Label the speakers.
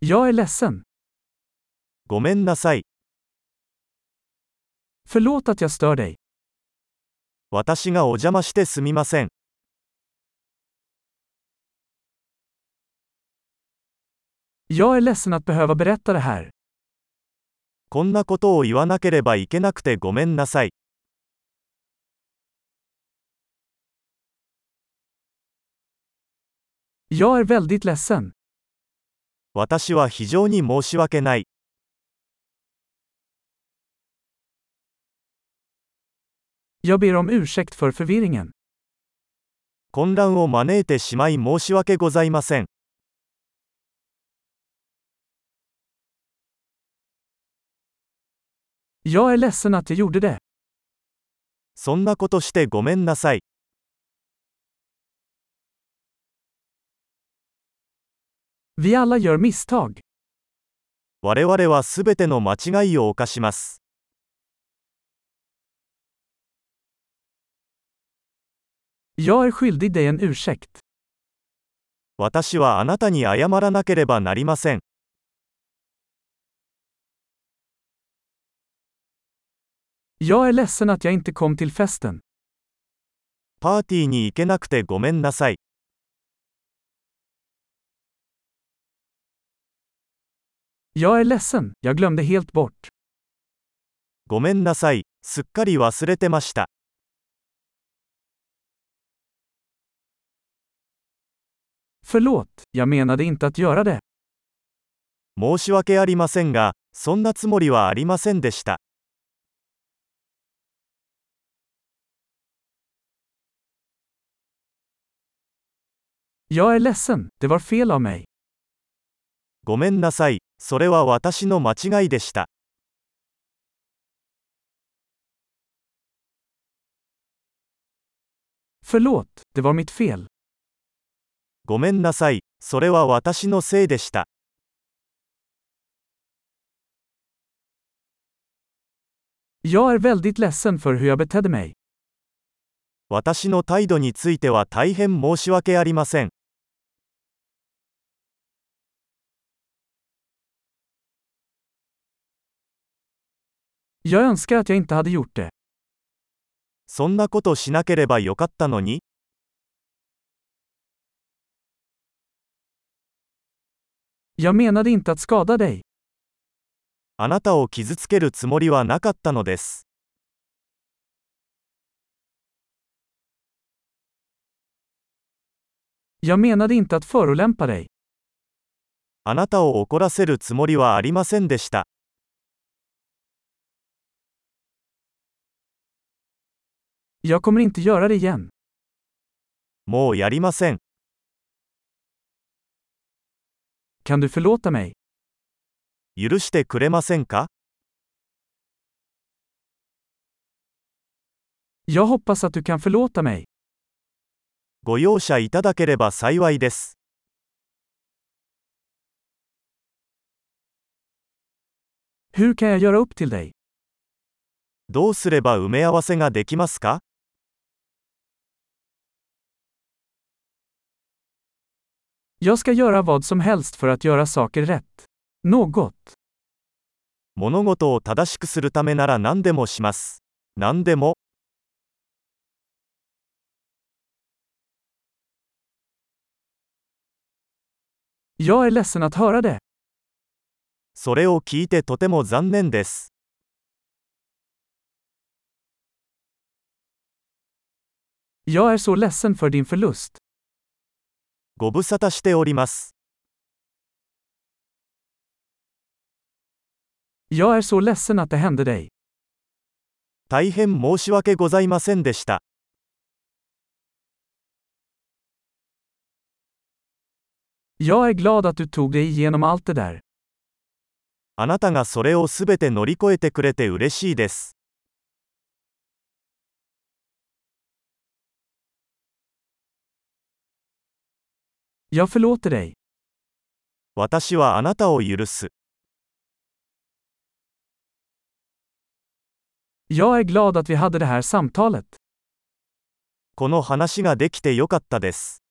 Speaker 1: Jag är ledsen.
Speaker 2: ごめんなさい。
Speaker 1: Förlåt att jag stör dig.
Speaker 2: 私がお邪魔してすみません。
Speaker 1: Jag är ledsen att behöva berätta det här.
Speaker 2: こんなことを言わなければいけなくてごめんなさい。
Speaker 1: Jag är väldigt ledsen.
Speaker 2: 私は非常に申し訳ない。
Speaker 1: Jag ber om ursäkt för förvirringen.
Speaker 2: 混乱を招いてしまい申し訳ございません。
Speaker 1: Jag är ledsen att jag gjorde det.
Speaker 2: そんなことしてごめんなさい。
Speaker 1: Vi alla gör misstag.
Speaker 2: 我々はすべての間違いを犯します。
Speaker 1: Jag är skyldig dig en ursäkt.
Speaker 2: 私はあなたに謝らなければなりません。
Speaker 1: Jag är ledsen att jag inte kom till festen.
Speaker 2: パーティーに行けなくてごめんなさい。
Speaker 1: Jag är ledsen, jag glömde helt bort.
Speaker 2: ごめんなさい。すっかり忘れてました。
Speaker 1: Förlåt, jag menade inte att göra det.
Speaker 2: 申し訳ありませんが、そんなつもりはありませんでした。
Speaker 1: Jag är ledsen, det var fel av mig.
Speaker 2: ごめんなさい。それは私の間違いでした。
Speaker 1: Förlåt, det var mitt fel.
Speaker 2: ごめんなさい。それは私のせいでした。
Speaker 1: Jag är väldigt ledsen för hur jag betedde mig.
Speaker 2: 私の態度については大変申し訳ありません。
Speaker 1: Jag önskar att jag inte hade gjort det.
Speaker 2: そんなことしなければよかったのに、
Speaker 1: Jag menade inte att skada dig.
Speaker 2: あなたを傷つけるつもりはなかったのです。
Speaker 1: Jag menade inte att förolämpa dig.
Speaker 2: あなたを怒らせるつもりはありませんでした。
Speaker 1: Jag kommer inte göra det igen.
Speaker 2: もうやりません。
Speaker 1: Kan du förlåta mig?
Speaker 2: 許してくれませんか
Speaker 1: Jag hoppas att du kan förlåta mig.
Speaker 2: ご容赦いただければ幸いです。
Speaker 1: Hur kan jag göra upp till dig?
Speaker 2: どうすれば埋め合わせができますか
Speaker 1: Jag ska göra vad som helst för att göra saker rätt. Något.
Speaker 2: 物事を正しくするためなら何でもします。何でも、
Speaker 1: Jag är ledsen att höra det.
Speaker 2: それを聞いてとても残念です。
Speaker 1: Jag är så ledsen för din förlust.
Speaker 2: ご無沙汰しております。
Speaker 1: Jag är så ledsen att det hände dig.
Speaker 2: 大変申し訳ございませんでした。
Speaker 1: Jag är glad att du tog dig igenom allt det där.
Speaker 2: あなたがそれをすべて乗り越えてくれて嬉しいです。
Speaker 1: Jag förlåter dig.
Speaker 2: 私はあなたを許す。
Speaker 1: Jag är glad att vi hade det här samtalet.
Speaker 2: この話ができてよかったです。